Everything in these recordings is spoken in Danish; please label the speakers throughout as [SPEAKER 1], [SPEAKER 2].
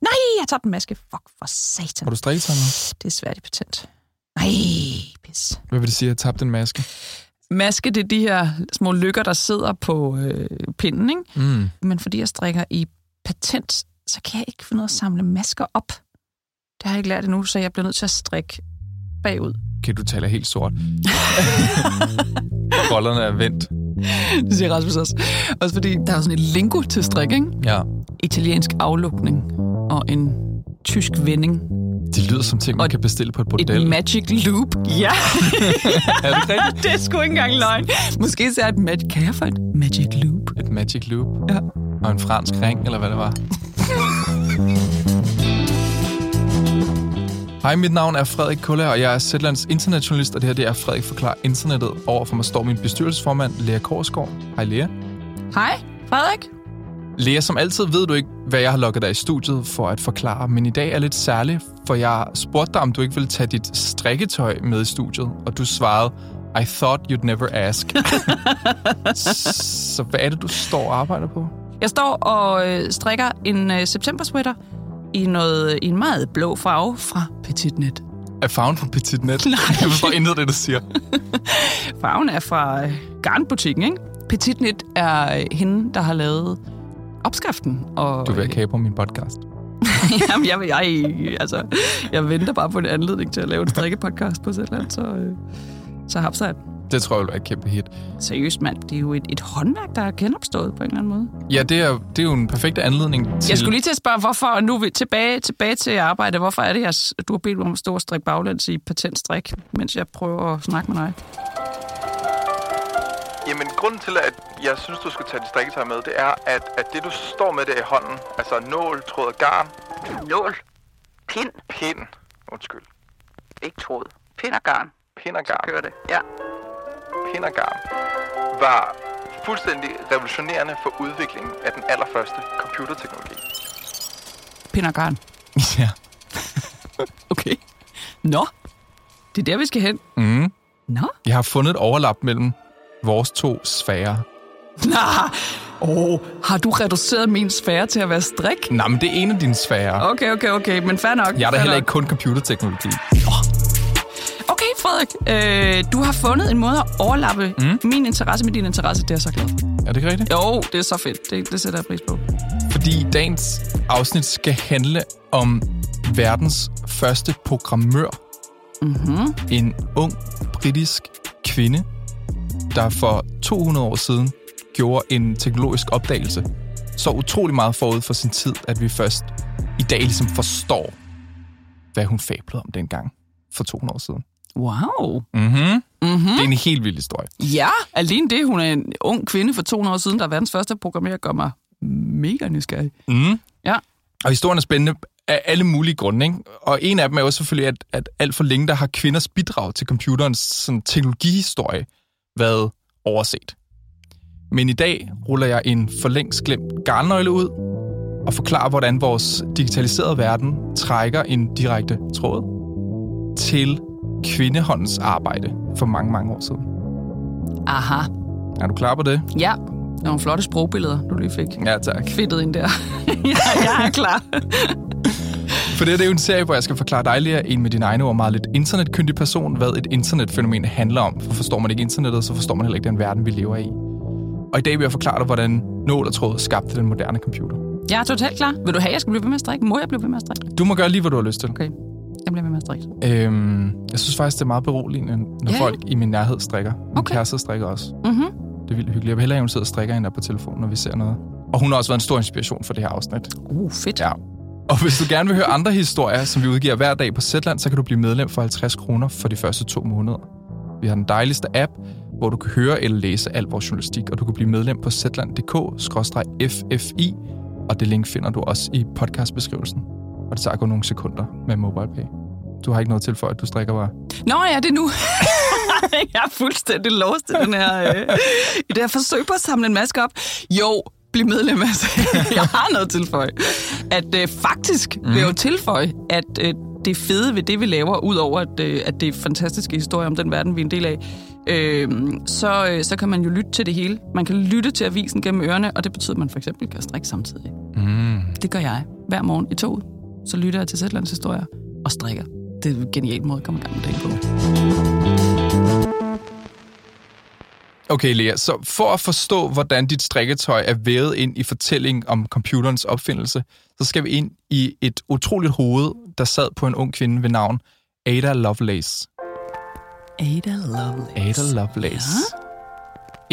[SPEAKER 1] Nej, jeg tager den maske. Fuck, for satan.
[SPEAKER 2] Har du strikket sammen?
[SPEAKER 1] Det er svært i patent. Nej, pis.
[SPEAKER 2] Hvad vil det sige, at jeg tabte en maske?
[SPEAKER 1] Maske, det er de her små lykker, der sidder på øh, pinden, ikke?
[SPEAKER 2] Mm.
[SPEAKER 1] Men fordi jeg strikker i patent, så kan jeg ikke finde ud af at samle masker op. Det har jeg ikke lært endnu, så jeg bliver nødt til at strikke bagud.
[SPEAKER 2] Okay, du taler helt sort. Rollerne er vendt.
[SPEAKER 1] Det siger Rasmus også. Også fordi der er jo sådan et lingo til strik, ikke?
[SPEAKER 2] Ja.
[SPEAKER 1] Italiensk aflukning og en tysk vending.
[SPEAKER 2] Det lyder som ting, man
[SPEAKER 1] Og
[SPEAKER 2] kan bestille på et
[SPEAKER 1] Et
[SPEAKER 2] bordel.
[SPEAKER 1] magic loop. Ja,
[SPEAKER 2] er det rigtigt?
[SPEAKER 1] det er sgu ikke engang løgn. Måske så er et magic... Kan jeg få et magic loop?
[SPEAKER 2] Et magic loop.
[SPEAKER 1] Ja.
[SPEAKER 2] Og en fransk ring, eller hvad det var. Hej, mit navn er Frederik Kulla, og jeg er Zetlands internationalist, og det her det er Frederik Forklar Internettet. Overfor mig står min bestyrelsesformand, Lea Korsgaard. Hej, Lea.
[SPEAKER 1] Hej, Frederik.
[SPEAKER 2] Lea, som altid ved du ikke, hvad jeg har lukket dig i studiet for at forklare, men i dag er lidt særligt, for jeg spurgte dig, om du ikke ville tage dit strikketøj med i studiet, og du svarede, I thought you'd never ask. Så hvad er det, du står og arbejder på?
[SPEAKER 1] Jeg står og øh, strikker en øh, september sweater i, noget, i en meget blå farve fra Petitnet.
[SPEAKER 2] Er farven på Petit Net?
[SPEAKER 1] Nej.
[SPEAKER 2] Jeg forstår intet af det, du siger.
[SPEAKER 1] Farven er fra øh, Garnbutikken, ikke? Petitnet er øh, hende, der har lavet opskriften. Og,
[SPEAKER 2] Du vil ikke have på min podcast.
[SPEAKER 1] Jamen, jeg, jeg, altså, jeg venter bare på en anledning til at lave en strikkepodcast på Zetland, så, øh, så hapser jeg den.
[SPEAKER 2] Det tror jeg vil være et kæmpe hit.
[SPEAKER 1] Seriøst, mand. Det er jo et, et håndværk, der er genopstået på en eller anden måde.
[SPEAKER 2] Ja, det er, det er jo en perfekt anledning til...
[SPEAKER 1] Jeg skulle lige til at spørge, hvorfor, og nu er vi tilbage, tilbage til arbejde, hvorfor er det, jeg, s- du har bedt mig om at stå og strikke baglæns i patentstrik, mens jeg prøver at snakke med dig?
[SPEAKER 3] Jamen, grunden til, at jeg synes, du skal tage dit strikketøj med, det er, at, at det, du står med der i hånden, altså nål, tråd og garn,
[SPEAKER 4] Nål, pind,
[SPEAKER 3] pind, undskyld,
[SPEAKER 4] ikke tråd, pind og garn,
[SPEAKER 3] pind og garn,
[SPEAKER 4] gør det. Ja.
[SPEAKER 3] pind og garn, var fuldstændig revolutionerende for udviklingen af den allerførste computerteknologi.
[SPEAKER 1] Pind og garn.
[SPEAKER 2] Ja.
[SPEAKER 1] Okay. Nå, det er der, vi skal hen.
[SPEAKER 2] Mm.
[SPEAKER 1] Nå.
[SPEAKER 2] Jeg har fundet et overlap mellem vores to sfærer.
[SPEAKER 1] Nah. Oh, har du reduceret min sfære til at være strik?
[SPEAKER 2] Nej, men det er en af dine sfærer.
[SPEAKER 1] Okay, okay, okay, men fair nok.
[SPEAKER 2] Jeg er da
[SPEAKER 1] fair
[SPEAKER 2] heller
[SPEAKER 1] nok.
[SPEAKER 2] ikke kun computerteknologi.
[SPEAKER 1] Okay, Frederik, øh, du har fundet en måde at overlappe mm. min interesse med din interesse, det er jeg så glad for.
[SPEAKER 2] Er det ikke rigtigt?
[SPEAKER 1] Jo, det er så fedt, det, det sætter jeg pris på.
[SPEAKER 2] Fordi dagens afsnit skal handle om verdens første programmør. Mm-hmm. En ung britisk kvinde, der for 200 år siden gjorde en teknologisk opdagelse. Så utrolig meget forud for sin tid, at vi først i dag ligesom forstår, hvad hun fablede om dengang for 200 år siden.
[SPEAKER 1] Wow.
[SPEAKER 2] Mm-hmm. Mm-hmm. Det er en helt vild historie.
[SPEAKER 1] Ja, alene det, hun er en ung kvinde for 200 år siden, der er verdens første programmerer, gør mig mega nysgerrig.
[SPEAKER 2] Mm.
[SPEAKER 1] Ja.
[SPEAKER 2] Og historien er spændende af alle mulige grunde, ikke? Og en af dem er jo selvfølgelig, at, at alt for længe, der har kvinders bidrag til computerens sådan, teknologihistorie været overset. Men i dag ruller jeg en for længst glemt garnnøgle ud og forklarer, hvordan vores digitaliserede verden trækker en direkte tråd til kvindehåndens arbejde for mange, mange år siden.
[SPEAKER 1] Aha.
[SPEAKER 2] Er du klar på det?
[SPEAKER 1] Ja, det var nogle flotte sprogbilleder, du lige fik
[SPEAKER 2] Ja, tak.
[SPEAKER 1] fedtet ind der. ja, jeg er klar.
[SPEAKER 2] For det, her, det er jo en serie, hvor jeg skal forklare dig, Lea, en med dine egne ord meget lidt internetkyndig person, hvad et internetfænomen handler om. For forstår man ikke internettet, så forstår man heller ikke den verden, vi lever i. Og i dag vil jeg forklare dig, hvordan nål og tråd skabte den moderne computer.
[SPEAKER 1] Jeg er totalt klar. Vil du have, at jeg skal blive ved med at strikke? Må jeg blive ved med at strikke?
[SPEAKER 2] Du må gøre lige, hvad du har lyst til.
[SPEAKER 1] Okay, jeg bliver ved med at strikke.
[SPEAKER 2] Øhm, jeg synes faktisk, det er meget beroligende, når
[SPEAKER 1] Ja.
[SPEAKER 2] yeah. folk i min nærhed strikker. Min
[SPEAKER 1] Okay.
[SPEAKER 2] okay. kæreste strikker også.
[SPEAKER 1] Mhm.
[SPEAKER 2] Det er vildt hyggeligt. Jeg vil hellere, at hun sidder og strikker end er på telefonen, når vi ser noget. Og hun har også været en stor inspiration for det her afsnit.
[SPEAKER 1] Uh, fedt.
[SPEAKER 2] Ja. Og hvis du gerne vil høre andre historier, som vi udgiver hver dag på Zetland, så kan du blive medlem for 50 kroner for de første to måneder. Vi har den dejligste app, hvor du kan høre eller læse al vores journalistik, og du kan blive medlem på zetland.dk-ffi, og det link finder du også i podcastbeskrivelsen. Og det tager kun nogle sekunder med MobilePay. Du har ikke noget til for, at du strikker bare.
[SPEAKER 1] Nå ja, det er nu. jeg er fuldstændig lost i, den her, øh, i det her forsøg på at samle en maske op. Jo, bliv medlem, altså. jeg har noget at tilføje. At øh, faktisk mm. vil jeg jo tilføje, at øh, det fede ved det, vi laver, udover at, øh, at det er fantastiske historier om den verden, vi er en del af, øh, så, øh, så kan man jo lytte til det hele. Man kan lytte til avisen gennem ørerne, og det betyder, at man for eksempel kan strikke samtidig.
[SPEAKER 2] Mm.
[SPEAKER 1] Det gør jeg. hver morgen i toget. Så lytter jeg til Zetlands historier og strikker. Det er en genial måde at komme i gang med dagen på.
[SPEAKER 2] Okay, Lea, så for at forstå, hvordan dit strikketøj er vævet ind i fortællingen om computerens opfindelse, så skal vi ind i et utroligt hoved, der sad på en ung kvinde ved navn Ada Lovelace.
[SPEAKER 1] Ada Lovelace.
[SPEAKER 2] Ada Lovelace. Ja?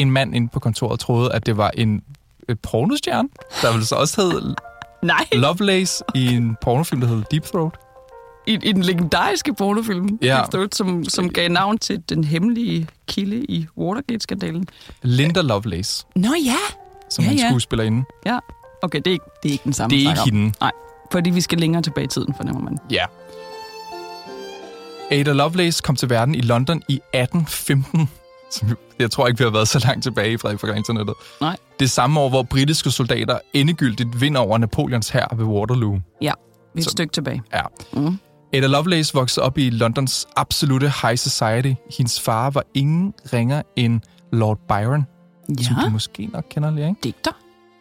[SPEAKER 2] En mand inde på kontoret troede, at det var en øh, pornostjerne, der ville så også hedde
[SPEAKER 1] Nej,
[SPEAKER 2] Lovelace i en pornofilm, der hedder Deep Throat.
[SPEAKER 1] i, i den legendariske pornofilm,
[SPEAKER 2] Ja.
[SPEAKER 1] ja. som, som gav navn til den hemmelige kilde i Watergate-skandalen.
[SPEAKER 2] Linda Lovelace,
[SPEAKER 1] Nå ja!
[SPEAKER 2] som ja,
[SPEAKER 1] Ja,
[SPEAKER 2] han
[SPEAKER 1] ja.
[SPEAKER 2] skuespillerinde.
[SPEAKER 1] Ja, okay, det er ikke, det er ikke den samme
[SPEAKER 2] Det er
[SPEAKER 1] vi
[SPEAKER 2] ikke
[SPEAKER 1] snakker om.
[SPEAKER 2] hende.
[SPEAKER 1] Nej, fordi vi skal længere tilbage i tiden, fornemmer man.
[SPEAKER 2] Ja. Ada Lovelace kom til verden i London i 1815. Som jo- Jeg tror ikke, vi har været så langt tilbage i Frederik fra internettet.
[SPEAKER 1] Nej.
[SPEAKER 2] Det samme år, hvor britiske soldater endegyldigt vinder over Napoleons hær ved Waterloo.
[SPEAKER 1] Ja, vi er et
[SPEAKER 2] Så-
[SPEAKER 1] stykke tilbage.
[SPEAKER 2] Ja. Mm. Ada Lovelace voksede op i Londons absolute high society. Hendes far var ingen ringer end Lord Byron, som du
[SPEAKER 1] Ja,
[SPEAKER 2] måske nok kender lige, ikke?
[SPEAKER 1] digter.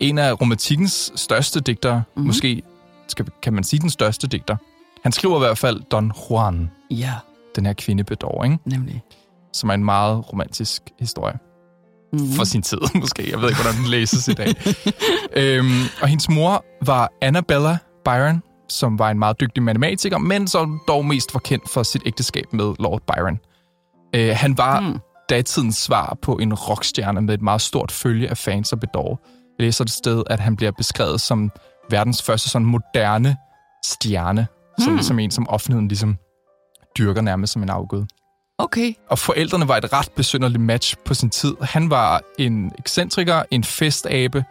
[SPEAKER 2] En af romantikkens største digtere,
[SPEAKER 1] Mm.
[SPEAKER 2] mm-hmm. måske skal, kan man sige den største digter. Han skriver i hvert fald Don Juan.
[SPEAKER 1] Ja,
[SPEAKER 2] den her kvindebedår, ikke?
[SPEAKER 1] nemlig.
[SPEAKER 2] som er en meget romantisk historie. Mm.
[SPEAKER 1] Mhm.
[SPEAKER 2] For sin tid, måske. Jeg ved ikke, hvordan den læses i dag. øhm, og hendes mor var Annabella Byron, som var en meget dygtig matematiker, men som dog mest var kendt for sit ægteskab med Lord Byron. Øh, han var
[SPEAKER 1] Mhm.
[SPEAKER 2] mm. datidens svar på en rockstjerne med et meget stort følge af fans og bedår. Jeg læser et sted, at han bliver beskrevet som verdens første sådan moderne stjerne, mm. som, som en, som offentligheden ligesom dyrker nærmest som en afgud
[SPEAKER 1] Okay.
[SPEAKER 2] og forældrene var et ret besynderligt match på sin tid. Han var en ekscentriker, en festabe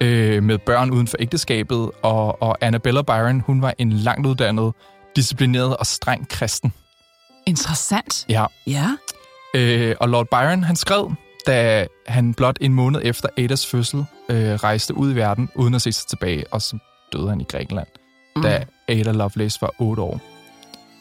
[SPEAKER 2] øh, med børn uden for ægteskabet, og, og Annabella Byron, hun var en langt uddannet, disciplineret og streng kristen.
[SPEAKER 1] Interessant.
[SPEAKER 2] Ja.
[SPEAKER 1] Ja.
[SPEAKER 2] Øh, og Lord Byron, han skrev, da han blot en måned efter Adas fødsel øh, rejste ud i verden, uden at se sig tilbage, og så døde han i Grækenland, mm. da Ada Lovelace var 8 år.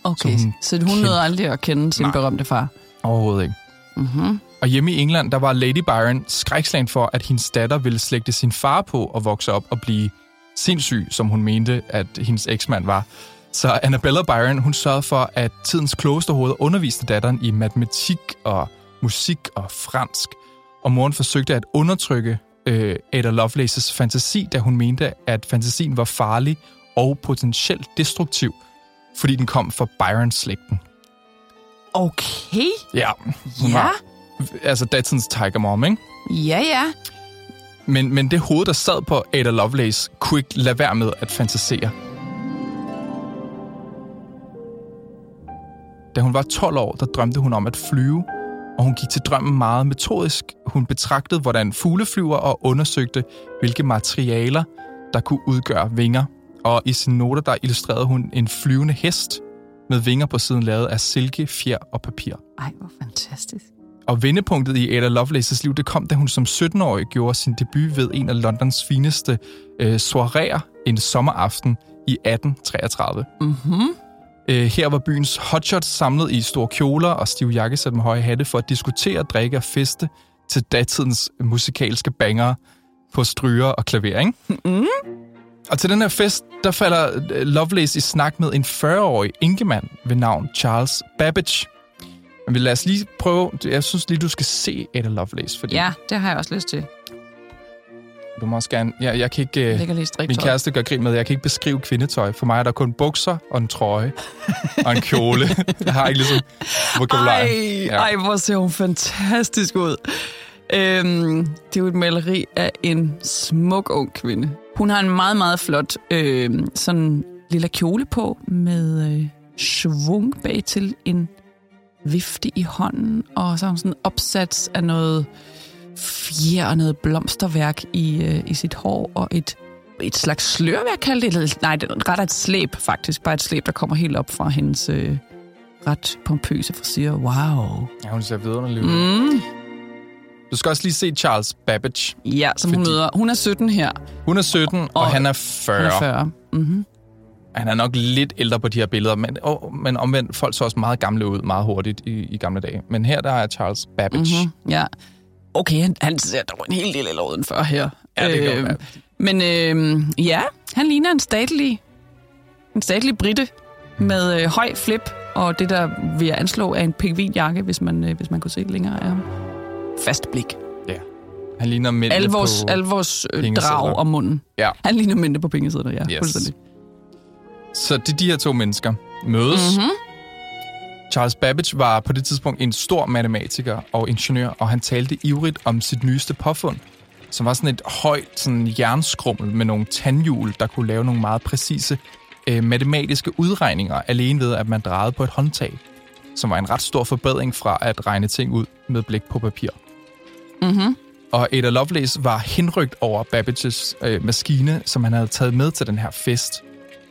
[SPEAKER 1] Okay,
[SPEAKER 2] Så hun
[SPEAKER 1] så, hun
[SPEAKER 2] kendte-
[SPEAKER 1] nåede aldrig at kende sin
[SPEAKER 2] Nej.
[SPEAKER 1] Nej. berømte far.
[SPEAKER 2] Overhovedet ikke.
[SPEAKER 1] Mhm.
[SPEAKER 2] Og hjemme i England, der var Lady Byron skrækslagen for, at hendes datter ville slægte sin far på og vokse op og blive sindssyg, som hun mente, at hendes eksmand var. Så Annabella Byron, hun sørgede for, at tidens klogeste hoved underviste datteren i matematik og musik og fransk. Og moren forsøgte at undertrykke øh, Ada Lovelaces fantasi, da hun mente, at fantasien var farlig og potentielt destruktiv, fordi den kom fra Byron-slægten.
[SPEAKER 1] Okay.
[SPEAKER 2] Ja, hun
[SPEAKER 1] Ja.
[SPEAKER 2] var altså datidens Tiger Mom, ikke?
[SPEAKER 1] Ja, ja.
[SPEAKER 2] Men, men det hoved, der sad på Ada Lovelace, kunne ikke lade være med at fantasere. Da hun var 12 år, der drømte hun om at flyve, og hun gik til drømmen meget metodisk. Hun betragtede, hvordan fugle flyver, og undersøgte, hvilke materialer, der kunne udgøre vinger. Og i sine noter, der illustrerede hun en flyvende hest med vinger på siden lavet af silke, fjer og papir.
[SPEAKER 1] Ej, hvor fantastisk.
[SPEAKER 2] Og vendepunktet i Ada Lovelaces liv, det kom, da hun som 17-årig gjorde sin debut ved en af Londons fineste øh, soireer en sommeraften i 1833.
[SPEAKER 1] Mhm.
[SPEAKER 2] Øh, her var byens hotshots samlet i store kjoler og stive jakkesæt med høje hatte for at diskutere, drikke og feste til datidens musikalske banger på stryger og klaver, ikke? Mm. Og til den her fest, der falder øh, Lovelace i snak med en 40-årig enkemand ved navn Charles Babbage. Men vi- lad os lige prøve... Jeg synes lige, du skal se Ada Lovelace, fordi
[SPEAKER 1] Ja, det har jeg også lyst til.
[SPEAKER 2] du må også gerne... Jeg, jeg kan ikke...
[SPEAKER 1] Jeg
[SPEAKER 2] øh,
[SPEAKER 1] ligger lige i
[SPEAKER 2] Min
[SPEAKER 1] striktøj.
[SPEAKER 2] kæreste gør grin med, at jeg kan ikke beskrive kvindetøj. For mig er der kun bukser og en trøje og en kjole. Jeg har ikke ligesom vokabular.
[SPEAKER 1] Ej, ej, hvor ser hun fantastisk ud. Øhm, det er jo et maleri af en smuk ung kvinde. Hun har en meget, meget flot øh, sådan lille kjole på med øh, svung bag til en vifte i hånden, og så har hun sådan en opsats af noget fjer og noget blomsterværk i, øh, i sit hår, og et, et slags slør, vil jeg kalde det. Eller, nej, det er ret af et slæb, faktisk. Bare et slæb, der kommer helt op fra hendes... Øh, ret pompøse for siger, wow.
[SPEAKER 2] Ja, hun ser vidunderlig ud. Mm. Du skal også lige se Charles Babbage.
[SPEAKER 1] Ja, som Fordi... hun
[SPEAKER 2] Fordi-
[SPEAKER 1] møder. Hun er 17 her.
[SPEAKER 2] Hun er 17, og, og
[SPEAKER 1] Og-
[SPEAKER 2] han er 40.
[SPEAKER 1] Hun er 40. Mm-hmm.
[SPEAKER 2] Han er nok lidt ældre på de her billeder, men, åh, men omvendt, folk så også meget gamle ud meget hurtigt i, i gamle dage. Men her, der er Charles Babbage. Mm-hmm.
[SPEAKER 1] Ja. Okay, han, han ser dog en hel del ældre uden 40 her.
[SPEAKER 2] Ja, det kan godt være.
[SPEAKER 1] Men øh, ja, Han ligner en statlig, en statlig britte med øh, høj flip og det, der vil jeg anslå, er en pingvinjakke, hvis man, øh, hvis man kunne se det længere af ham. Fast blik.
[SPEAKER 2] Ja. Han ligner mændene
[SPEAKER 1] Al vores,
[SPEAKER 2] på...
[SPEAKER 1] al vores øh,
[SPEAKER 2] pengesedler.
[SPEAKER 1] drag om munden.
[SPEAKER 2] Ja.
[SPEAKER 1] Han ligner mændene på pengesedler, ja.
[SPEAKER 2] Yes.
[SPEAKER 1] Yes. Fuldstændig.
[SPEAKER 2] Så det er de her to mennesker mødes. Mm-hmm. Charles Babbage var på det tidspunkt en stor matematiker og ingeniør, og han talte ivrigt om sit nyeste påfund, som var sådan et højt sådan jernskrummel med nogle tandhjul, der kunne lave nogle meget præcise øh, matematiske udregninger, alene ved, at man drejede på et håndtag, som var en ret stor forbedring fra at regne ting ud med blik på papir.
[SPEAKER 1] Mm-hmm.
[SPEAKER 2] Og Ada Lovelace var henrygt over Babbages øh, maskine, som han havde taget med til den her fest.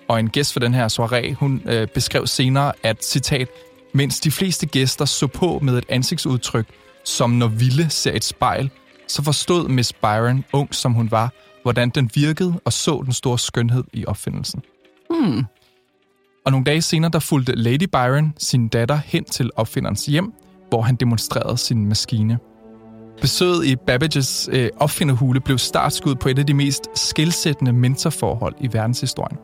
[SPEAKER 2] Og en gæst for den her soirée, hun øh, beskrev senere, at citat, mens de fleste gæster så på med et ansigtsudtryk, som når Ville ser et spejl, så forstod Miss Byron, ung som hun var, hvordan den virkede og så den store skønhed i opfindelsen.
[SPEAKER 1] Hmm.
[SPEAKER 2] Og nogle dage senere, der fulgte Lady Byron sin datter hen til opfinderens hjem, hvor han demonstrerede sin maskine. Besøget i Babbages øh, opfinderhule blev startskud på et af de mest skældsættende mentorforhold i verdenshistorien.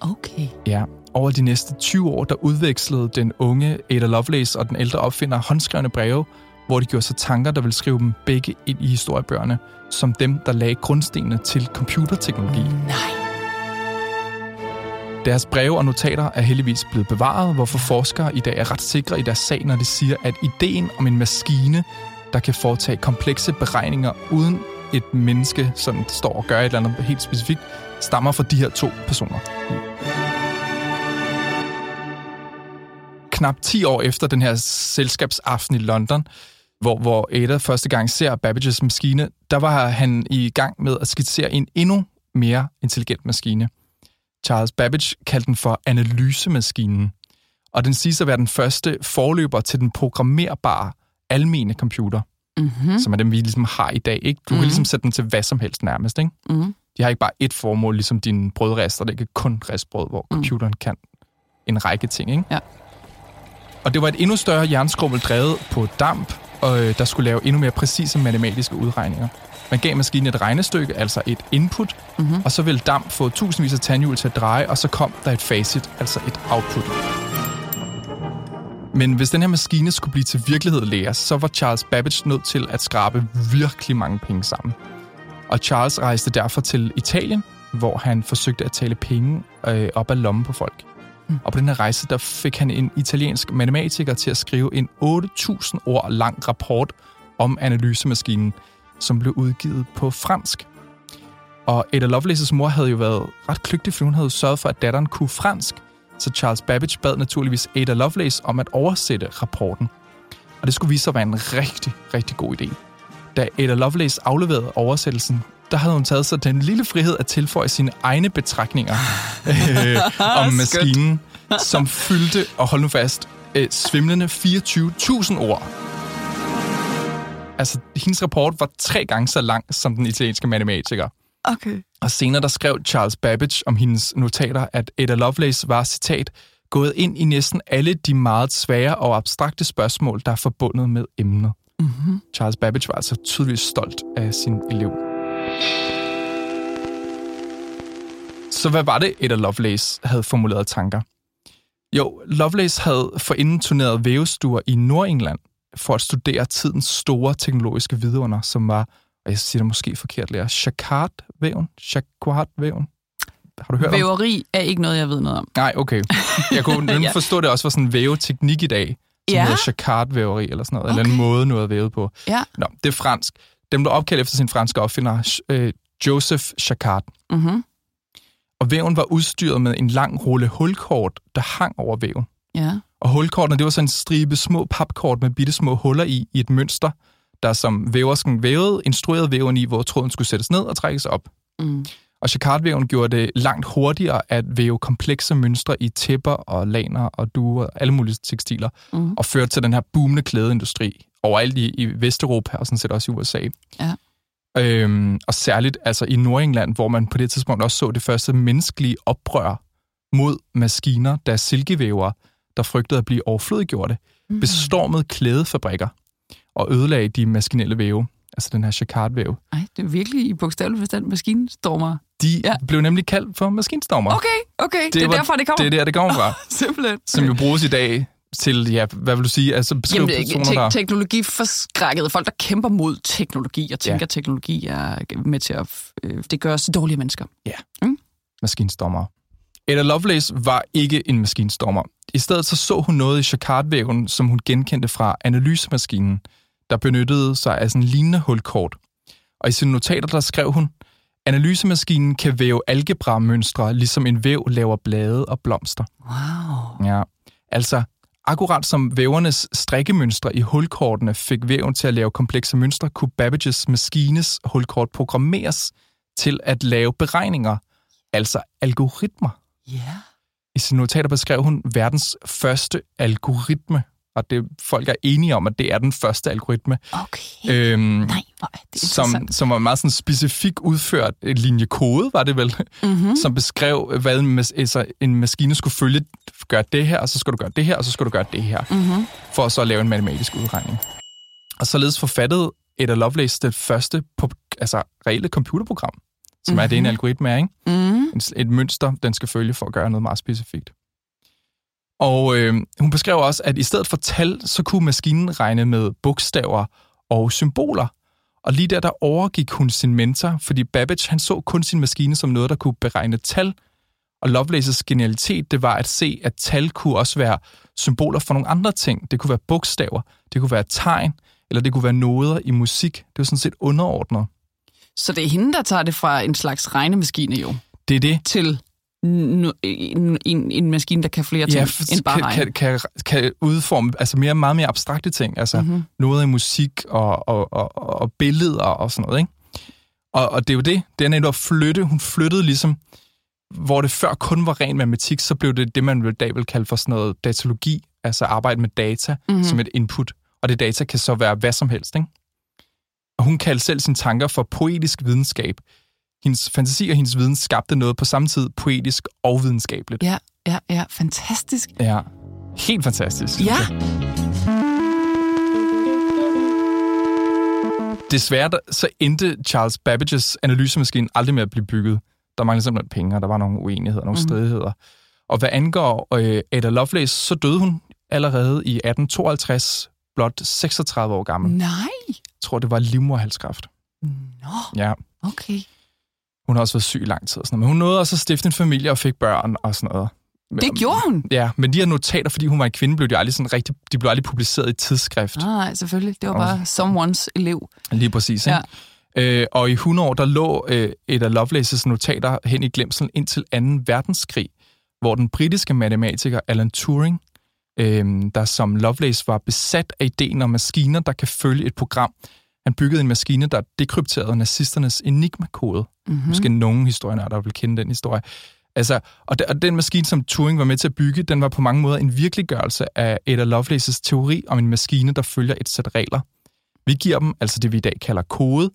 [SPEAKER 1] Okay.
[SPEAKER 2] Ja, over de næste 20 år, der udvekslede den unge Ada Lovelace og den ældre opfinder håndskrevne breve, hvor de gjorde sig tanker, der ville skrive dem begge ind i historiebøgerne, som dem, der lagde grundstenene til computerteknologi.
[SPEAKER 1] Nej.
[SPEAKER 2] Deres breve og notater er heldigvis blevet bevaret, hvorfor forskere i dag er ret sikre i deres sag, når de siger, at ideen om en maskine, der kan foretage komplekse beregninger uden et menneske, som står og gør et eller andet helt specifikt, stammer fra de her to personer. Knap 10 år efter den her selskabsaften i London, hvor, hvor Ada første gang ser Babbages maskine, der var han i gang med at skitsere en endnu mere intelligent maskine. Charles Babbage kaldte den for analysemaskinen, og den siges at være den første forløber til den programmerbare almene computer,
[SPEAKER 1] Mm-hmm.
[SPEAKER 2] som er den, vi ligesom har i dag. Ikke? Du mm.
[SPEAKER 1] Mhm.
[SPEAKER 2] kan ligesom sætte den til hvad som helst nærmest. Ikke?
[SPEAKER 1] Mm-hmm.
[SPEAKER 2] De har ikke bare et formål, ligesom dine brødrester. Det kan kun restbrød, hvor
[SPEAKER 1] Mm.
[SPEAKER 2] computeren kan en række ting. Ikke?
[SPEAKER 1] Ja.
[SPEAKER 2] Og det var et endnu større jernskrummel drevet på damp, og øh, der skulle lave endnu mere præcise matematiske udregninger. Man gav maskinen et regnestykke, altså et input, mm-hmm. og så ville damp få tusindvis af tandhjul til at dreje, og så kom der et facit, altså et output. Men hvis den her maskine skulle blive til virkelighed, læger, så var Charles Babbage nødt til at skrabe virkelig mange penge sammen. Og Charles rejste derfor til Italien, hvor han forsøgte at tale penge øh, op af lommen på folk. Mm. Og på den her rejse, der fik han en italiensk matematiker til at skrive en 8.000 ord lang rapport om analysemaskinen, som blev udgivet på fransk. Og Ada Lovelaces mor havde jo været ret kløgtig, for hun havde sørget for, at datteren kunne fransk. Så Charles Babbage bad naturligvis Ada Lovelace om at oversætte rapporten. Og det skulle vise sig at være en rigtig, rigtig god idé. Da Ada Lovelace afleverede oversættelsen, der havde hun taget sig den lille frihed at tilføje sine egne betragtninger øh, om maskinen, som fyldte, og hold nu fast, øh, svimlende 24.000 ord. Altså, hendes rapport var tre gange så lang som den italienske matematiker.
[SPEAKER 1] Okay.
[SPEAKER 2] Og senere der skrev Charles Babbage om hendes notater, at Ada Lovelace var, citat, gået ind i næsten alle de meget svære og abstrakte spørgsmål, der er forbundet med emnet.
[SPEAKER 1] Mm-hmm.
[SPEAKER 2] Charles Babbage var altså tydeligvis stolt af sin elev. Så hvad var det, Ada Lovelace havde formuleret af tanker? Jo, Lovelace havde forinden turneret vævestuer i Nordengland for at studere tidens store teknologiske vidunder, som var, og jeg siger det måske forkert, lærer, Jacquard-væven? Jacquard-væven? Har du hørt om
[SPEAKER 1] Væveri er ikke noget, jeg ved noget om.
[SPEAKER 2] Nej, okay. Jeg kunne nemlig
[SPEAKER 1] Ja.
[SPEAKER 2] forstå, at det også var sådan en væveteknik i dag,
[SPEAKER 1] Ja.
[SPEAKER 2] som ja. hedder jacquard-væveri eller sådan noget, okay.
[SPEAKER 1] Okay.
[SPEAKER 2] eller en måde, noget er vævet på.
[SPEAKER 1] Ja.
[SPEAKER 2] Nå, det er fransk. Den blev opkaldt efter sin franske opfinder, øh, Joseph Jacquard.
[SPEAKER 1] Mm-hmm.
[SPEAKER 2] Og væven var udstyret med en lang rulle hulkort, der hang over væven.
[SPEAKER 1] Ja.
[SPEAKER 2] Og hulkortene, det var sådan en stribe små papkort med bitte små huller i, i et mønster, der som væversken vævede, instruerede væven i, hvor tråden skulle sættes ned og trækkes op.
[SPEAKER 1] Mm.
[SPEAKER 2] Og jacquardvæven gjorde det langt hurtigere at væve komplekse mønstre i tæpper og laner og duer og alle mulige tekstiler,
[SPEAKER 1] Mhm.
[SPEAKER 2] mm. og førte til den her boomende klædeindustri overalt i, i Vesteuropa og sådan set også i USA.
[SPEAKER 1] Ja.
[SPEAKER 2] Øhm, og særligt altså i Nordengland, hvor man på det tidspunkt også så det første menneskelige oprør mod maskiner, da silkevævere, der frygtede at blive overflødiggjorte,
[SPEAKER 1] Mhm.
[SPEAKER 2] mm. bestormede klædefabrikker og ødelagde de maskinelle væve, altså den her jacquardvæve.
[SPEAKER 1] Ej, det er virkelig i bogstavelig forstand maskinstormer.
[SPEAKER 2] De ja.
[SPEAKER 1] Ja.
[SPEAKER 2] blev nemlig kaldt for maskinstormer.
[SPEAKER 1] Okay, okay. Det, det er
[SPEAKER 2] var-
[SPEAKER 1] derfor, det kommer.
[SPEAKER 2] Det er der, det kommer fra.
[SPEAKER 1] Simpelthen.
[SPEAKER 2] som jo bruges i dag til, ja, hvad vil du sige, altså beskrive
[SPEAKER 1] Jamen,
[SPEAKER 2] personer,
[SPEAKER 1] te-
[SPEAKER 2] der...
[SPEAKER 1] teknologi forskrækkede folk, der kæmper mod teknologi, og tænker,
[SPEAKER 2] Ja.
[SPEAKER 1] at teknologi er med til at... Øh, det gør os til dårlige mennesker.
[SPEAKER 2] maskinstormer. Ella Lovelace var ikke en maskinstormer. I stedet så, så hun noget i chakardvæven, som hun genkendte fra analysemaskinen, der benyttede sig af sådan en lignende hulkort. Og i sine notater, der skrev hun, analysemaskinen kan væve algebra-mønstre, ligesom en væv laver blade og blomster.
[SPEAKER 1] Wow.
[SPEAKER 2] Ja, altså akkurat som vævernes strikkemønstre i hulkortene fik væven til at lave komplekse mønstre, kunne Babbages maskines hulkort programmeres til at lave beregninger, altså algoritmer.
[SPEAKER 1] Ja.
[SPEAKER 2] I sine notater beskrev hun verdens første algoritme, og det folk er enige om, at det er den første algoritme,
[SPEAKER 1] Okay. Øh,
[SPEAKER 2] øhm,
[SPEAKER 1] Nej, hvor er det
[SPEAKER 2] som,
[SPEAKER 1] interessant.
[SPEAKER 2] som var meget sådan specifikt udført øh, linje kode, var det vel?
[SPEAKER 1] Mm-hmm.
[SPEAKER 2] som beskrev, hvad en, mas- altså, en maskine skulle følge. Gør det her, og så skal du gøre det her, og så skal du gøre det her.
[SPEAKER 1] Mm-hmm.
[SPEAKER 2] For så at lave en matematisk udregning. Og således forfattede Ada Lovelace det første på, altså, reelle computerprogram, som mm-hmm. er det, en
[SPEAKER 1] Mhm.
[SPEAKER 2] algoritme er. Ikke?
[SPEAKER 1] Mm-hmm.
[SPEAKER 2] En, s- et mønster, den skal følge for at gøre noget meget specifikt. Og øh, hun beskrev også, at i stedet for tal, så kunne maskinen regne med bogstaver og symboler. Og lige der, der overgik hun sin mentor, fordi Babbage han så kun sin maskine som noget, der kunne beregne tal. Og Lovelaces genialitet, det var at se, at tal kunne også være symboler for nogle andre ting. Det kunne være bogstaver, det kunne være tegn, eller det kunne være noder i musik. Det var sådan set underordnet.
[SPEAKER 1] Så det er hende, der tager det fra en slags regnemaskine jo,
[SPEAKER 2] Det er det,
[SPEAKER 1] til n- en, en, en maskine, der kan flere ting
[SPEAKER 2] for-
[SPEAKER 1] end bare regne.
[SPEAKER 2] kan, kan, kan, kan udforme altså mere, meget mere abstrakte ting. Altså mm-hmm. noget i musik og, og, og, og billeder og sådan noget. Ikke? Og, og det er jo det. Den er at flytte. Hun flyttede ligesom, hvor det før kun var ren matematik, så blev det det, man i dag vil kalde for sådan noget datalogi. Altså arbejde med data mm-hmm. som et input. Og det data kan så være hvad som helst. Ikke? Og hun kaldte selv sine tanker for poetisk videnskab. Hendes fantasi og hendes viden skabte noget på samme tid poetisk og videnskabeligt.
[SPEAKER 1] Ja, ja, ja. Fantastisk.
[SPEAKER 2] Ja. Helt fantastisk. synes
[SPEAKER 1] Ja.
[SPEAKER 2] jeg. Desværre der- så endte Charles Babbages analysemaskine aldrig med at blive bygget. Der manglede simpelthen penge, og der var nogle uenigheder, nogle mm.
[SPEAKER 1] Mhm.
[SPEAKER 2] stridigheder. Og hvad angår øh, Ada Lovelace, så døde hun allerede i 1852, blot 36 år gammel. Mm.
[SPEAKER 1] Nej.
[SPEAKER 2] Jeg tror, det var livmoderhalskræft.
[SPEAKER 1] Nå,
[SPEAKER 2] Ja.
[SPEAKER 1] okay.
[SPEAKER 2] Hun har også været syg i lang tid og sådan noget. Men hun nåede også at stifte en familie og fik børn og sådan noget.
[SPEAKER 1] Det gjorde hun.
[SPEAKER 2] Ja, men de her notater, fordi hun var en kvinde, blev de aldrig, sådan rigtig, de blev aldrig publiceret i tidsskrift.
[SPEAKER 1] Ah, Nej, nej, selvfølgelig. Det var
[SPEAKER 2] Og-
[SPEAKER 1] bare someone's elev.
[SPEAKER 2] Lige præcis, ikke? Ja. Øh, og i 100 år, der lå øh, et af Lovelaces notater hen i glemsel indtil 2. verdenskrig, hvor den britiske matematiker Alan Turing, øh, der som Lovelace var besat af ideen om maskiner, der kan følge et program, han byggede en maskine, der dekrypterede nazisternes enigma-kode.
[SPEAKER 1] Mhm,
[SPEAKER 2] Mm-hmm. Måske nogen historienørder der vil kende den historie. Altså, og, de, og den maskine, som Turing var med til at bygge, den var på mange måder en virkeliggørelse af Ada Lovelaces teori om en maskine, der følger et sæt regler. Vi giver dem altså det, vi i dag kalder kode,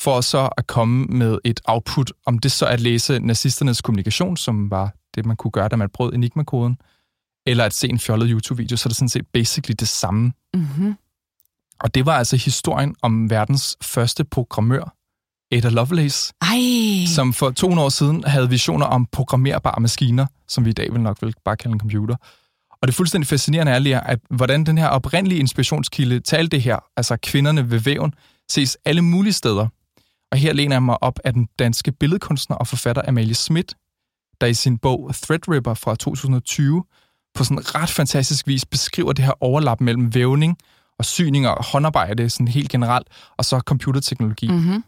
[SPEAKER 2] for så at komme med et output, om det så er at læse nazisternes kommunikation, som var det, man kunne gøre, da man brød Enigma-koden, eller at se en fjollet YouTube-video, så er det sådan set basically det samme.
[SPEAKER 1] Mm-hmm.
[SPEAKER 2] Og det var altså historien om verdens første programmør, Ada Lovelace,
[SPEAKER 1] Ej.
[SPEAKER 2] som for 200 år siden havde visioner om programmerbare maskiner, som vi i dag vil nok vil bare kalde en computer. Og det fuldstændig fascinerende er lige, at hvordan den her oprindelige inspirationskilde til alt det her, altså kvinderne ved væven, ses alle mulige steder. Og her læner jeg mig op af den danske billedkunstner og forfatter Amalie Schmidt, der i sin bog Threadripper fra 2020 på sådan ret fantastisk vis beskriver det her overlap mellem vævning og syning og håndarbejde sådan helt generelt, og så computerteknologi.
[SPEAKER 1] Mm-hmm.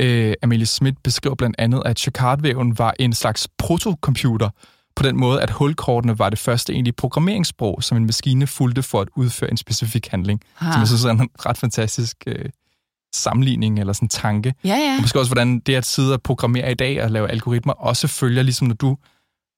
[SPEAKER 2] Øh, Amelie Schmidt beskriver blandt andet, at Chakardvæven var en slags protocomputer, på den måde, at hulkortene var det første egentlige programmeringssprog, som en maskine fulgte for at udføre en specifik handling. Ah. Som jeg synes er en ret fantastisk øh, sammenligning eller sådan tanke.
[SPEAKER 1] Ja, ja.
[SPEAKER 2] Og måske også, hvordan det at sidde og programmere i dag og lave algoritmer også følger, ligesom når du,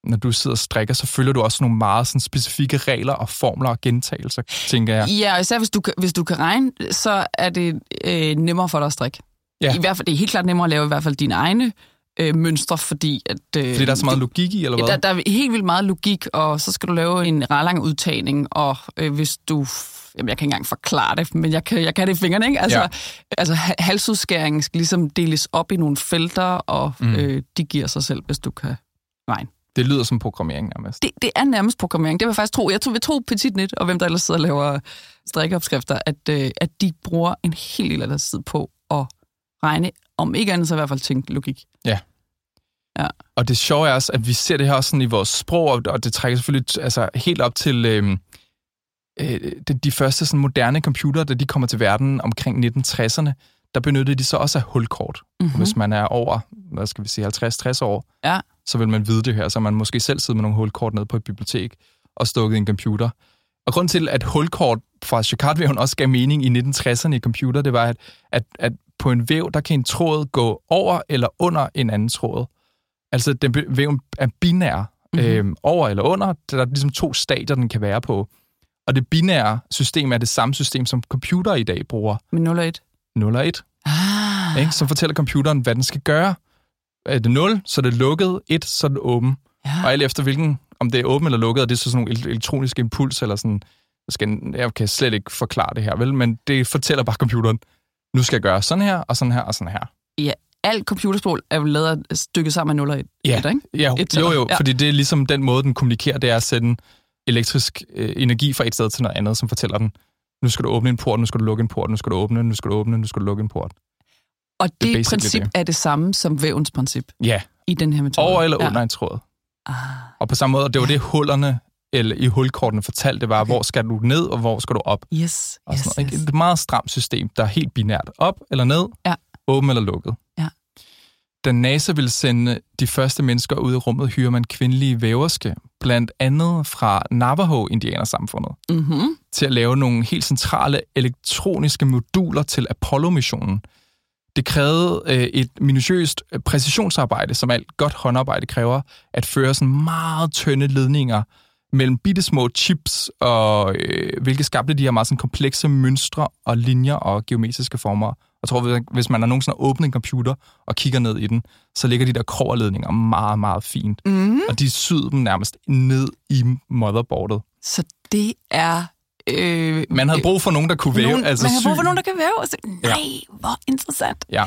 [SPEAKER 2] når du sidder og strikker, så følger du også nogle meget sådan, specifikke regler og formler og gentagelser, tænker jeg.
[SPEAKER 1] Ja, og især hvis du, kan- hvis du kan regne, så er det øh, nemmere for dig at strikke.
[SPEAKER 2] Ja.
[SPEAKER 1] I hvert fald, det er helt klart nemmere at lave i hvert fald dine egne øh, mønstre, fordi at... Øh,
[SPEAKER 2] Fordi der er så meget logik i, eller hvad?
[SPEAKER 1] Der, der er helt vildt meget logik, og så skal du lave en ret lang udtagning, og øh, hvis du... f- Jamen, jeg kan ikke engang forklare det, men jeg kan, jeg kan det i fingrene, ikke? Altså,
[SPEAKER 2] Ja.
[SPEAKER 1] ja. altså ha- halsudskæringen skal ligesom deles op i nogle felter, og
[SPEAKER 2] Mm.
[SPEAKER 1] mm. øh, de giver sig selv, hvis du kan vejen.
[SPEAKER 2] Det lyder som programmering nærmest.
[SPEAKER 1] Det, det er nærmest programmering. Det vil jeg faktisk tro. Jeg tror, vi tror Petitnet, og hvem der ellers sidder og laver strikkeopskrifter, at, øh, at de bruger en helt lille deres tid på at regne, om ikke andet så i hvert fald tænke logik.
[SPEAKER 2] Og det sjove er også, at vi ser det her også sådan i vores sprog, og- og det trækker selvfølgelig t- altså, helt op til øhm, øh, de, de første sådan, moderne computer, da de kommer til verden omkring 1960'erne, der benyttede de så også af hulkort. Mm-hmm. Hvis man er over, hvad skal vi sige, 50-60 år,
[SPEAKER 1] Mhm. Ja.
[SPEAKER 2] så vil man vide det her, så har man måske selv sidder med nogle hulkort nede på et bibliotek og stukket i en computer. Og grund til, at hulkort fra chokardvæven også gav mening i 1960'erne i computer, det var, at, at, at på en væv, der kan en tråd gå over eller under en anden tråd. Altså, den be- væven er binær. Mm-hmm. Øhm, over eller under, der er ligesom to stadier, den kan være på. Og det binære system er det samme system, som computer i dag bruger.
[SPEAKER 1] Men 0 og 1.
[SPEAKER 2] 0 og 1,
[SPEAKER 1] Ah,
[SPEAKER 2] ikke? som fortæller computeren, hvad den skal gøre. Er det 0, så er det lukket. 1, så er det åben.
[SPEAKER 1] ja.
[SPEAKER 2] Og alt efter hvilken, om det er åben eller lukket, og det er så sådan nogle el- elektroniske impuls, eller sådan, jeg, skal, jeg kan slet ikke forklare det her, vel? Men det fortæller bare computeren, nu skal jeg gøre sådan her, og sådan her, og sådan her.
[SPEAKER 1] ja. Alt computersprog er jo lavet af- stykket sammen af 0 og 1.
[SPEAKER 2] Ja.
[SPEAKER 1] ikke?
[SPEAKER 2] Ja,
[SPEAKER 1] Et
[SPEAKER 2] jo,
[SPEAKER 1] tal.
[SPEAKER 2] jo, ja.
[SPEAKER 1] Ja.
[SPEAKER 2] fordi det er ligesom den måde, den kommunikerer, det er at sende elektrisk øh, energi fra et sted til noget andet, som fortæller den, nu skal du åbne en port, nu skal du lukke en port, nu skal du åbne, nu skal du åbne, nu skal du lukke en port.
[SPEAKER 1] Og det,
[SPEAKER 2] basically
[SPEAKER 1] det princip
[SPEAKER 2] det.
[SPEAKER 1] det. er det samme som vævens princip
[SPEAKER 2] Ja,
[SPEAKER 1] i den her metode.
[SPEAKER 2] over eller under
[SPEAKER 1] Ja.
[SPEAKER 2] en tråd.
[SPEAKER 1] Ah,
[SPEAKER 2] Og på samme måde, og det var det, hullerne eller i hulkortene fortalte, det var, okay. hvor skal du ned, og hvor skal du op.
[SPEAKER 1] yes,
[SPEAKER 2] Og
[SPEAKER 1] yes,
[SPEAKER 2] sådan noget,
[SPEAKER 1] yes.
[SPEAKER 2] ikke? Et meget stramt system, der er helt binært op eller ned,
[SPEAKER 1] Ja.
[SPEAKER 2] åben eller lukket.
[SPEAKER 1] Ja.
[SPEAKER 2] Da NASA ville sende de første mennesker ud i rummet, hyrer man kvindelige væverske, blandt andet fra Navajo-indianersamfundet,
[SPEAKER 1] Mm-hmm.
[SPEAKER 2] til at lave nogle helt centrale elektroniske moduler til Apollo-missionen. Det krævede øh, et minutiøst øh, præcisionsarbejde, som alt godt håndarbejde kræver, at føre sådan meget tynde ledninger mellem bittesmå chips, og øh, hvilket skabte de her meget sådan komplekse mønstre og linjer og geometriske former. Jeg tror, hvis- hvis man har nogensinde åbnet en computer og kigger ned i den, så ligger de der krogerledninger meget, meget fint.
[SPEAKER 1] Mm.
[SPEAKER 2] Og de syede dem nærmest ned i motherboardet.
[SPEAKER 1] Så det er... Øh,
[SPEAKER 2] Man havde brug for nogen, der kunne væve.
[SPEAKER 1] nogen,
[SPEAKER 2] altså
[SPEAKER 1] man har brug for
[SPEAKER 2] sy.
[SPEAKER 1] nogen, der kan væve. Og så, nej, hvor interessant.
[SPEAKER 2] Ja.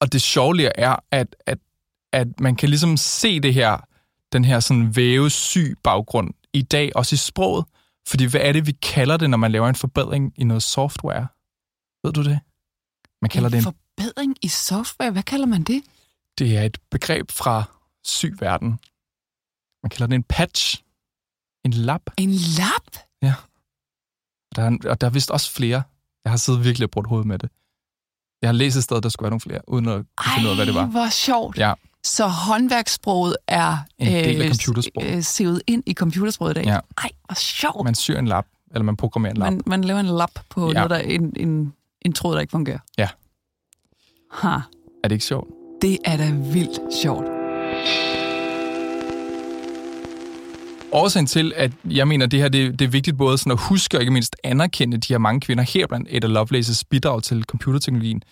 [SPEAKER 2] Og det sjovlige er, at, at, at man kan ligesom se det her, den her sådan vævesyg baggrund i dag, også i sproget. Fordi hvad er det, vi kalder det, når man laver en forbedring i noget software? Ved du det? Man kalder det en,
[SPEAKER 1] forbedring i software. Hvad kalder man det?
[SPEAKER 2] det er et begreb fra syverden. Man kalder det en patch. En lap.
[SPEAKER 1] En lap?
[SPEAKER 2] Der er, en- og der er vist også flere. Jeg har siddet virkelig og brugt hovedet med det. Jeg har læst et sted, der skulle være nogle flere, uden at kunne finde ud af, hvad det var.
[SPEAKER 1] hvor sjovt.
[SPEAKER 2] Ja.
[SPEAKER 1] Så håndværkssproget er
[SPEAKER 2] En del af computersproget.
[SPEAKER 1] øh, sivet ind i computersproget i dag.
[SPEAKER 2] Ja.
[SPEAKER 1] Ej, hvor sjovt.
[SPEAKER 2] Man syr en lap, eller man programmerer en lap.
[SPEAKER 1] Man, man laver en lap på
[SPEAKER 2] Ja.
[SPEAKER 1] ja. noget, der er en, en, en tråd, der ikke fungerer.
[SPEAKER 2] Ja.
[SPEAKER 1] Ha,
[SPEAKER 2] Er det ikke sjovt?
[SPEAKER 1] det er da vildt sjovt.
[SPEAKER 2] Årsagen til, at jeg mener, at det her det, det er vigtigt både sådan at huske og ikke mindst anerkende de her mange kvinder, heriblandt Ada Lovelaces bidrag til computerteknologien,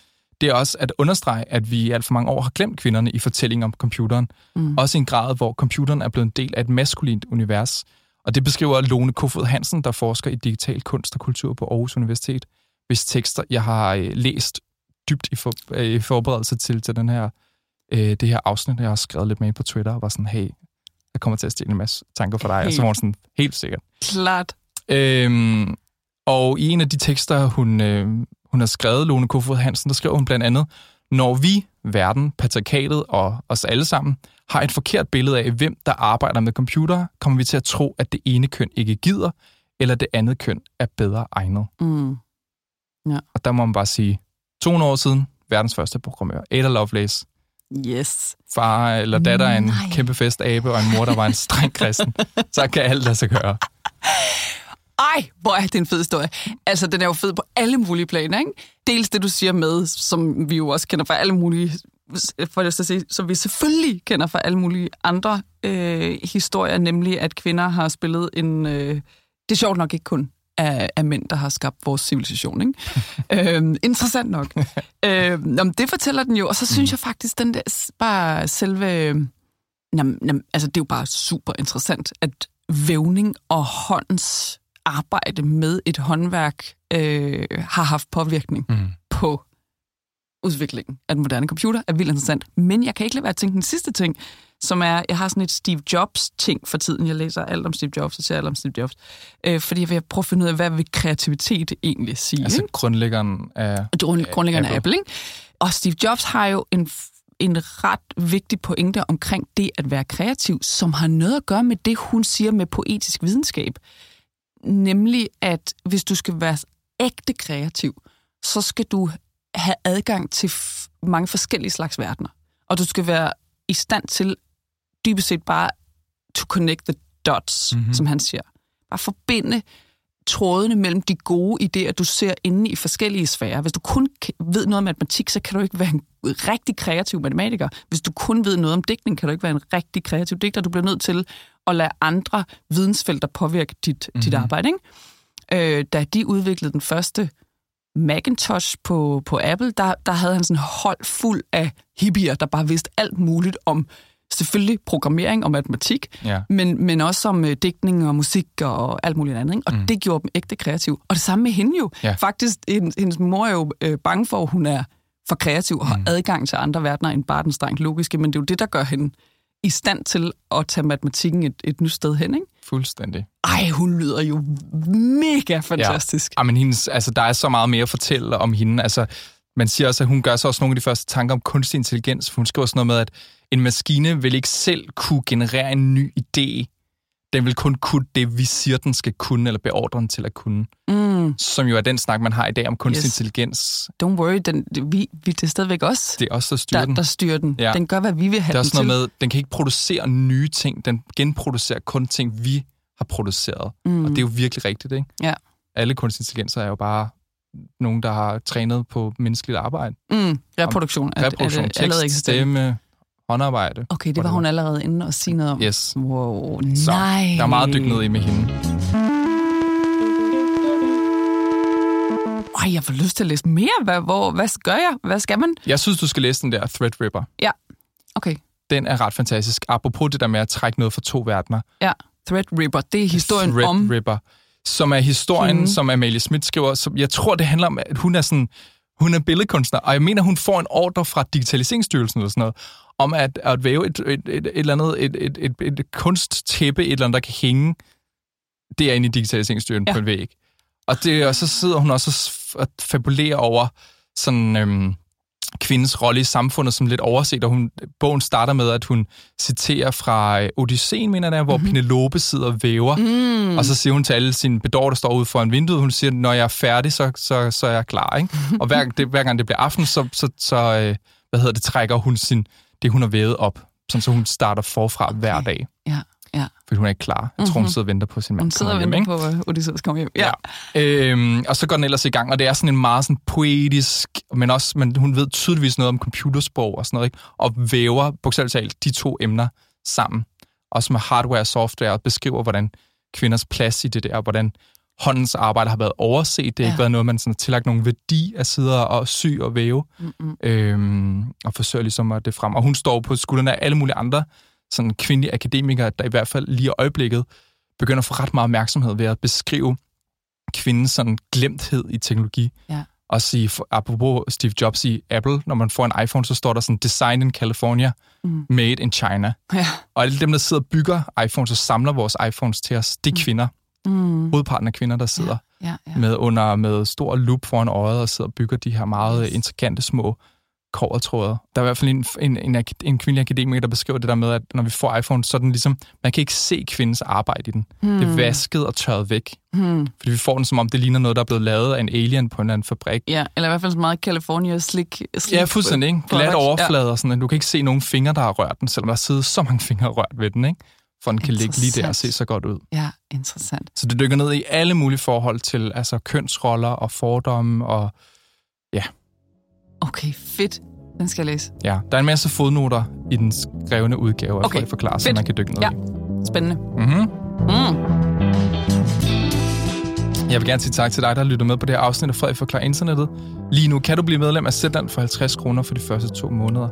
[SPEAKER 2] det er også at understrege, at vi i alt for mange år har glemt kvinderne i fortællingen om computeren. Mm. Også i en grad, hvor computeren er blevet en del af et maskulint univers. Og det beskriver Lone Kofod Hansen, der forsker i digital kunst og kultur på Aarhus Universitet, hvis tekster jeg har øh, læst dybt i, for, øh, i forberedelse til, til den her, øh, det her afsnit. Jeg har skrevet lidt med på Twitter og var sådan, hey, jeg kommer til at stjæle en masse tanker fra dig. Helt. Og så
[SPEAKER 1] Helt.
[SPEAKER 2] var hun sådan, helt sikkert.
[SPEAKER 1] Klart.
[SPEAKER 2] Øhm, og i en af de tekster, hun, øh, hun har skrevet, Lone Kofod Hansen, der skrev hun blandt andet, når vi, verden, patriarkatet og os alle sammen, har et forkert billede af, hvem der arbejder med computere, kommer vi til at tro, at det ene køn ikke gider, eller det andet køn er bedre egnet.
[SPEAKER 1] Mm.
[SPEAKER 2] Og der må man bare sige, 200 år siden, verdens første programmør, Ada Lovelace,
[SPEAKER 1] Yes.
[SPEAKER 2] far eller datter af en
[SPEAKER 1] Nej.
[SPEAKER 2] kæmpe festabe og en mor, der var en streng kristen, så kan alt lade sig gøre.
[SPEAKER 1] Ej, hvor er det en fed historie. Altså, den er jo fed på alle mulige planer, ikke? Dels det, du siger med, som vi jo også kender fra alle mulige, for jeg skal sige, som vi selvfølgelig kender fra alle mulige andre øh, historier, nemlig at kvinder har spillet en... Øh, det er sjovt nok ikke kun af, af mænd, der har skabt vores civilisation. Ikke? øhm, interessant nok. øhm, om det fortæller den jo, og så synes jeg faktisk, den der s- bare selve... Jamen, jamen, altså, det er jo bare super interessant, at vævning og håndens arbejde med et håndværk øh, har haft påvirkning
[SPEAKER 2] Mm.
[SPEAKER 1] på udviklingen af den moderne computer er vildt interessant. Men jeg kan ikke lade være at tænke den sidste ting, som er, jeg har sådan et Steve Jobs-ting for tiden. Jeg læser alt om Steve Jobs og ser alt om Steve Jobs. Øh, fordi jeg vil prøve at finde ud af, hvad vil kreativitet egentlig sige? Altså,
[SPEAKER 2] Altså grundlæggeren af...
[SPEAKER 1] og det er grundlæggeren af
[SPEAKER 2] Apple.
[SPEAKER 1] Apple, ikke? Og Steve Jobs har jo en, f- en ret vigtig pointe omkring det at være kreativ, som har noget at gøre med det, hun siger med poetisk videnskab. Nemlig, at hvis du skal være ægte kreativ, så skal du have adgang til f- mange forskellige slags verdener. Og du skal være i stand til dybest set bare to connect the dots, mm-hmm. som han siger. Bare forbinde trådene mellem de gode idéer, du ser inde i forskellige sfærer. Hvis du kun k- ved noget om matematik, så kan du ikke være en rigtig kreativ matematiker. Hvis du kun ved noget om digtning, kan du ikke være en rigtig kreativ digter. Du bliver nødt til at lade andre vidensfelter påvirke dit, mm-hmm. dit arbejde. Ikke? Øh, da de udviklede den første Macintosh på, på Apple, der, der havde han sådan hold fuld af hippier, der bare vidste alt muligt om selvfølgelig programmering og matematik,
[SPEAKER 2] Ja.
[SPEAKER 1] men, men også om øh, digtning og musik og alt muligt andet. Ikke? Og mm. det gjorde dem ægte kreative. Og det samme med hende jo.
[SPEAKER 2] Ja.
[SPEAKER 1] Faktisk, hendes, hendes mor er jo øh, bange for, at hun er for kreativ
[SPEAKER 2] Mm.
[SPEAKER 1] og har adgang til andre verdener end bare den strengt logiske, men det er jo det, der gør hende i stand til at tage matematikken et, et nyt sted hen. Ikke?
[SPEAKER 2] Fuldstændig.
[SPEAKER 1] Ej, hun lyder jo mega fantastisk.
[SPEAKER 2] Ja. Jamen, hendes, altså, der er så meget mere at fortælle om hende. Altså, man siger også, at hun gør sig også nogle af de første tanker om kunstig intelligens, for hun skriver sådan noget med, at en maskine vil ikke selv kunne generere en ny idé. Den vil kun kunne det, vi siger, den skal kunne, eller beordre den til at kunne.
[SPEAKER 1] Mm,
[SPEAKER 2] Som jo er den snak, man har i dag om kunstig
[SPEAKER 1] Yes.
[SPEAKER 2] yes. intelligens.
[SPEAKER 1] don't worry, den, vi, vi, det er stadigvæk os,
[SPEAKER 2] Det er også der styrer
[SPEAKER 1] der,
[SPEAKER 2] den.
[SPEAKER 1] der styrer den.
[SPEAKER 2] Ja.
[SPEAKER 1] Den gør, hvad vi vil have
[SPEAKER 2] Der er
[SPEAKER 1] den
[SPEAKER 2] også
[SPEAKER 1] til.
[SPEAKER 2] noget med, den kan ikke producere nye ting. Den genproducerer kun ting, vi har produceret. Mm. Og det er jo virkelig rigtigt, ikke?
[SPEAKER 1] Ja.
[SPEAKER 2] Alle kunstig intelligenser er jo bare nogen, der har trænet på menneskeligt arbejde.
[SPEAKER 1] Mm, reproduktion. af- af det
[SPEAKER 2] Reproduktion,
[SPEAKER 1] allerede
[SPEAKER 2] tekst,
[SPEAKER 1] eksisterende.
[SPEAKER 2] stemme, håndarbejde.
[SPEAKER 1] Okay, det var hun allerede inde og sige noget om.
[SPEAKER 2] Yes.
[SPEAKER 1] Wow,
[SPEAKER 2] Så
[SPEAKER 1] nej.
[SPEAKER 2] der er meget dyk ned i med hende.
[SPEAKER 1] Ej, jeg får lyst til at læse mere. Hvad, hvor, hvad gør jeg? Hvad skal man?
[SPEAKER 2] Jeg synes, du skal læse den der Threadripper.
[SPEAKER 1] Ja, okay.
[SPEAKER 2] Den er ret fantastisk. Apropos det der med at trække noget fra to verdener.
[SPEAKER 1] Ja, Threadripper, det er historien om...
[SPEAKER 2] Threadripper, som er historien,
[SPEAKER 1] Hende.
[SPEAKER 2] mm. som Amalie Schmidt skriver. Som jeg tror, det handler om, at hun er sådan... Hun er billedkunstner, og jeg mener, hun får en ordre fra Digitaliseringsstyrelsen eller sådan noget, om at, at væve et, et, et, et eller andet, et, et, et, et kunsttæppe, et eller andet, der kan hænge derinde i Digitaliseringsstyrelsen ja.
[SPEAKER 1] Ja.
[SPEAKER 2] på en væg. Og, det, og så sidder hun også og s- og fabulerer over sådan... Øhm, kvindens rolle i samfundet som lidt overset, og hun, bogen starter med, at hun citerer fra øh, Odysseen, mener jeg,
[SPEAKER 1] Mhm.
[SPEAKER 2] hvor mm-hmm. Penelope sidder og væver, mm. og så siger hun til alle sine bedår, der står ude foran vinduet, hun siger, når jeg er færdig, så, så, så er jeg klar. Ikke? Og hver, det, hver gang det bliver aften, så, så, så øh, hvad hedder det, trækker hun sin, det, hun har vævet op, sådan, så hun starter forfra okay. hver dag,
[SPEAKER 1] Ja, ja.
[SPEAKER 2] fordi hun er ikke klar. Jeg tror, hun sidder og venter på sin mand.
[SPEAKER 1] Mhm. Hun sidder og
[SPEAKER 2] kommer hjem,
[SPEAKER 1] venter
[SPEAKER 2] ikke?
[SPEAKER 1] på, at Odysseus kommer hjem. Ja.
[SPEAKER 2] Ja. Øhm, og så går den ellers i gang, og det er sådan en meget sådan poetisk, men også, men hun ved tydeligvis noget om computersprog og sådan noget, ikke? og væver bogstaveligt talt de to emner sammen, også med hardware og software, og beskriver, hvordan kvinders plads i det der, og hvordan håndens arbejde har været overset. Det har ja.
[SPEAKER 1] Ja.
[SPEAKER 2] ikke været noget, man sådan har tillagt nogen værdi af sidder og sy og væve,
[SPEAKER 1] Mm-mm.
[SPEAKER 2] øhm, og forsøger ligesom at det frem. Og hun står på skuldrene af alle mulige andre sådan kvindelige akademikere, der i hvert fald lige i øjeblikket begynder at få ret meget opmærksomhed ved at beskrive kvindens sådan glemthed i teknologi.
[SPEAKER 1] Ja.
[SPEAKER 2] Og sige, for, apropos Steve Jobs i Apple, når man får en iPhone, så står der sådan, Design in California,
[SPEAKER 1] Mm.
[SPEAKER 2] made in China.
[SPEAKER 1] ja.
[SPEAKER 2] Og alle dem, der sidder og bygger iPhones og samler vores iPhones til os, det er kvinder.
[SPEAKER 1] Mm.
[SPEAKER 2] Hovedparten af kvinder, der sidder
[SPEAKER 1] Ja, ja.
[SPEAKER 2] med under med stor lup foran øjet og sidder og bygger de her meget
[SPEAKER 1] Yes.
[SPEAKER 2] intrikante små kovertråde. Der er i hvert fald en, en, en, ak- en kvindelig akademiker, der beskriver det der med, at når vi får iPhone, så er den ligesom, man kan ikke se kvindens arbejde i den. Mm. Det er vasket og tørret væk.
[SPEAKER 1] Hmm.
[SPEAKER 2] Fordi vi får den, som om det ligner noget, der er blevet lavet af en alien på en eller anden fabrik.
[SPEAKER 1] ja, eller i hvert fald så meget California slik. slik
[SPEAKER 2] Ja, fuldstændig. Ikke? Glat
[SPEAKER 1] Product,
[SPEAKER 2] overflade og sådan, at du kan ikke se nogen fingre, der har rørt den, selvom der sidder så mange fingre rørt ved den, ikke? For den kan ligge lige der og se
[SPEAKER 1] Interessant.
[SPEAKER 2] så godt ud.
[SPEAKER 1] Ja, interessant.
[SPEAKER 2] Så det dykker ned i alle mulige forhold til altså kønsroller og fordomme og
[SPEAKER 1] Okay, fedt. Den skal jeg læse.
[SPEAKER 2] Ja, der er en masse fodnoter i den skrevne udgave, okay.
[SPEAKER 1] Okay,
[SPEAKER 2] for at forklare, så
[SPEAKER 1] fedt.
[SPEAKER 2] man kan dykke ned
[SPEAKER 1] Ja.
[SPEAKER 2] i.
[SPEAKER 1] Spændende.
[SPEAKER 2] Mm-hmm.
[SPEAKER 1] Mm.
[SPEAKER 2] Jeg vil gerne sige tak til dig, der lytter med på det her afsnit af Frederik Forklarer Internettet. Lige nu kan du blive medlem af Zetland for 50 kroner for de første to måneder.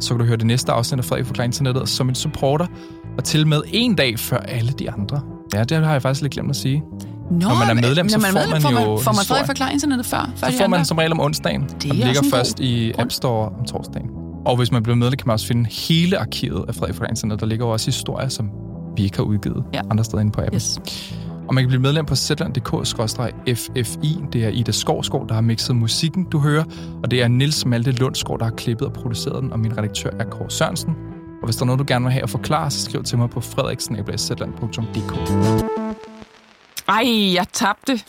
[SPEAKER 2] Så kan du høre det næste afsnit af Frederik Forklarer Internettet som en supporter, og til med en dag før alle de andre. Ja, det har jeg faktisk lidt glemt at sige.
[SPEAKER 1] Nå,
[SPEAKER 2] man er
[SPEAKER 1] men-
[SPEAKER 2] medlem, så
[SPEAKER 1] når man er
[SPEAKER 2] får
[SPEAKER 1] medlem,
[SPEAKER 2] man
[SPEAKER 1] får man,
[SPEAKER 2] jo
[SPEAKER 1] Får man
[SPEAKER 2] historie.
[SPEAKER 1] Frederik forklare internettet før? før de
[SPEAKER 2] Så får man
[SPEAKER 1] andre?
[SPEAKER 2] som regel om onsdagen, og den
[SPEAKER 1] også
[SPEAKER 2] ligger
[SPEAKER 1] en god
[SPEAKER 2] først i
[SPEAKER 1] grund.
[SPEAKER 2] App Store om torsdagen. Og hvis man bliver medlem, kan man også finde hele arkivet af Frederik Forklarer Internettet. Der ligger jo også historier, som vi ikke har
[SPEAKER 1] Ja.
[SPEAKER 2] udgivet ja. andre steder inde på appen.
[SPEAKER 1] Yes.
[SPEAKER 2] Og man kan blive medlem på zetland.dk-ffi. Det er Ida Skovsgaard, der har mixet musikken, du hører. Og det er Nils Malte Lundsgaard, der har klippet og produceret den. Og min redaktør er Kåre Sørensen. Og hvis der er noget, du gerne vil have at forklare, så skriv til mig på frederiksen.dk.
[SPEAKER 1] Ej, jeg tabte.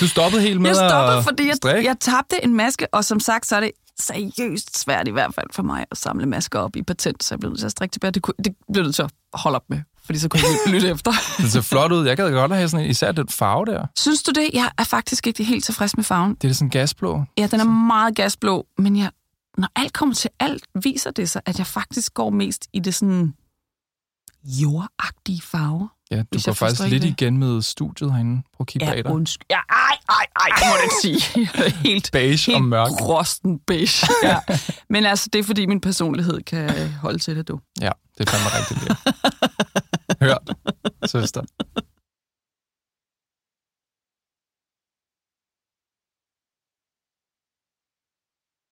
[SPEAKER 2] Du stoppede helt med
[SPEAKER 1] Jeg stoppede,
[SPEAKER 2] at
[SPEAKER 1] fordi jeg,
[SPEAKER 2] strikke.
[SPEAKER 1] jeg tabte en maske, og som sagt, så er det seriøst svært i hvert fald for mig at samle masker op i patent, så jeg blev nødt til at strikke tilbage. Det, kunne, det blev jeg nødt til at holde op med, fordi så kunne jeg ikke lytte efter.
[SPEAKER 2] Den ser flot ud. Jeg gad godt have sådan en, især den farve der.
[SPEAKER 1] Synes du det? Jeg er faktisk ikke helt tilfreds med farven.
[SPEAKER 2] Det er sådan gasblå.
[SPEAKER 1] Ja, den er meget gasblå, men jeg, når alt kommer til alt, viser det sig, at jeg faktisk går mest i det sådan jordagtige farver.
[SPEAKER 2] Ja, du
[SPEAKER 1] Hvis
[SPEAKER 2] går
[SPEAKER 1] jeg forstår
[SPEAKER 2] faktisk
[SPEAKER 1] ikke
[SPEAKER 2] lidt
[SPEAKER 1] det.
[SPEAKER 2] igen med studiet herinde. Prøv at kigge bag
[SPEAKER 1] Ja,
[SPEAKER 2] dig.
[SPEAKER 1] undskyld. Ja, ej, ej, ej, det må du ikke sige. Jeg er helt,
[SPEAKER 2] Beige og
[SPEAKER 1] helt
[SPEAKER 2] mørk.
[SPEAKER 1] rosten beige. Ja. Men altså, det er fordi, min personlighed kan holde til det, du.
[SPEAKER 2] Ja, det er fandme rigtig lækkert. Hørt, søster.